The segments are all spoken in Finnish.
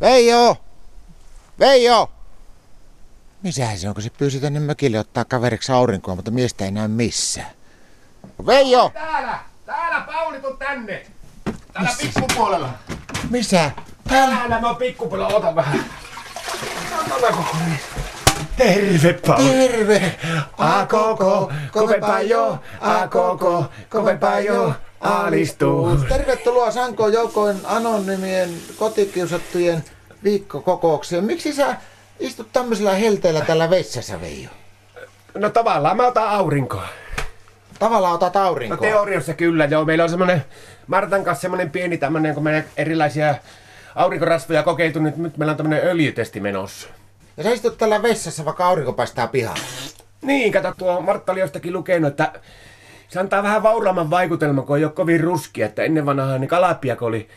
Veijo! Veijo! Missähän se on, kun se pyysi tänne mökille ottaa kaveriksi aurinkoa, mutta miestä ei näy missään. Veijo! Täällä! Täällä Pauli, tuu tänne! Täällä pikkupuolella! Missä? Täällä! Täällä mä pikkupuolella, ota vähän. Ota koko Terve Pauli! Terve! A koko, kovepa jo, a koko, kovepa jo, alistuu. Tervetuloa Sanko Joukoin anonymien kotikiusattujen viikkokokoukseen. Miksi sä istut tämmöisellä helteellä täällä vessassa, Veijo? No tavallaan mä otan aurinkoa. Tavallaan otat No aurinkoa. teoriassa kyllä, joo. Meillä on semmonen Martan kanssa semmonen pieni tämmönen, kun meillä erilaisia aurinkorasvoja kokeiltu, nyt, nyt meillä on tämmönen öljytesti menossa. ja sä istut täällä vessassa, vaikka aurinko paistaa pihalle. Niin, kato, tuo Martta oli jostakin lukenut, että se antaa vähän vauraamman vaikutelman, kun ei ole kovin ruski, että ennen vanhaa niin kalapiako oli,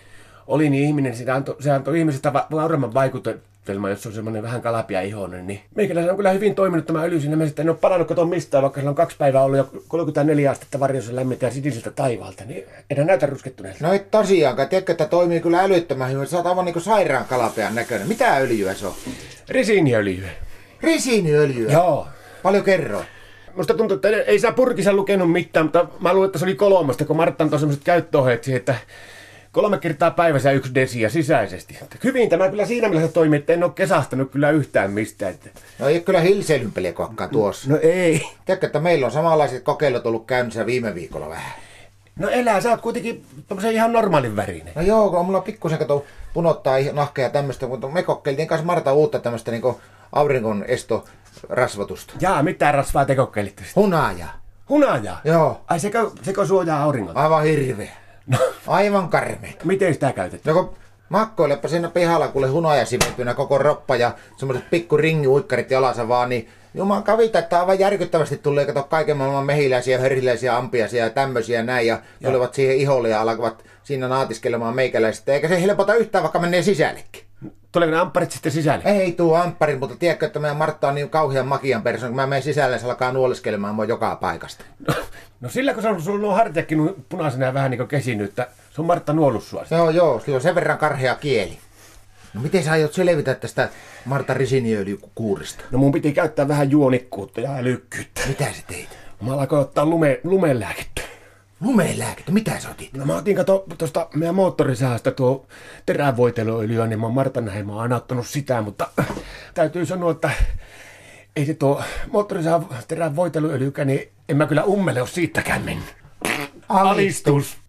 oli niin ihminen, sitä antoi, se antoi ihmisestä va- vauraamman vaikutelman, jos on semmoinen vähän kalapia ihonen, niin meikäläisen on kyllä hyvin toiminut tämä öljy siinä mielessä, että en ole palannut katon mistään, vaikka sillä on kaksi päivää ollut jo 34 astetta varjossa lämmintä ja siniseltä taivaalta, niin enää näytä ruskettuneelta. No ei tosiaankaan, tiedätkö, että toimii kyllä älyttömän hyvin. Sä oot aivan niinku sairaan kalapean näköinen. Mitä öljyä se on? Risiiniöljy. Risiiniöljyä. Joo. Paljon kerroin. Musta tuntuu, että ei saa purkissa lukenut mitään, mutta mä luulen, että se oli kolmosta, kun Martta antoi sellaiset käyttöohjeet siihen, että kolme kertaa päivässä yksi desiä sisäisesti. Että hyvin tämä kyllä siinä mielessä toimii, että en ole kesahtanut kyllä yhtään mistään. Että... No ei ole kyllä hilseilympelikoakkaan tuossa. No ei. Tiedätkö, että meillä on samanlaiset kokeilut ollut käynnissä viime viikolla vähän. No elää, sä oot kuitenkin tommosen ihan normaalin värinen. No joo, kun on mulla pikkusen kato punottaa ihan nahkea tämmöistä, mutta me kokeiltiin kanssa Marta uutta tämmöistä niinku aurinkon estorasvotusta. Jaa, mitä rasvaa te kokeilitte sitten? Hunaja. Hunajaa? Joo. Ai sekö, sekö suojaa auringolta? Aivan hirveä. No, Aivan karme. miten sitä käytetään? No kun makkoilepa siinä pihalla, kuule hunaja sivetynä koko roppa ja semmoiset pikku ringiuikkarit jalassa vaan, niin Juman kavita, että aivan järkyttävästi tulee, kato kaiken maailman mehiläisiä, hörhiläisiä, ampiaisia ja tämmöisiä näin, ja, ja tulevat siihen iholle ja alkavat siinä naatiskelemaan meikäläistä, eikä se helpota yhtään, vaikka menee sisällekin. Tuleeko ne ampparit sitten sisälle? Ei tuu ampparin, mutta tiedätkö, että meidän Martta on niin kauhean makian persoon, kun mä menen sisälle, se alkaa nuoliskelemaan mua joka paikasta. No sillä kun se on sulla nuo hartiakin punaisena ja vähän niin kuin kesinyt, että se on Martta nuollut sua. Joo, joo, sillä on sen verran karhea kieli. No miten sä aiot selvitä tästä Marta Risiniöljykuurista? No mun piti käyttää vähän juonikkuutta ja älykkyyttä. Mitä sä teit? Mä alkoin ottaa lume, lumelääkettä. Lumelääkettä, mitä sä otit? No mä otin kato tuosta meidän moottorisäästä tuo terävoiteluöljyä, niin mä oon Martan näin, mä oon aina ottanut sitä, mutta täytyy sanoa, että ei se tuo moottorisähän terävoiteluöljykään, niin en mä kyllä ummele ole siitäkään mennyt. Alistus.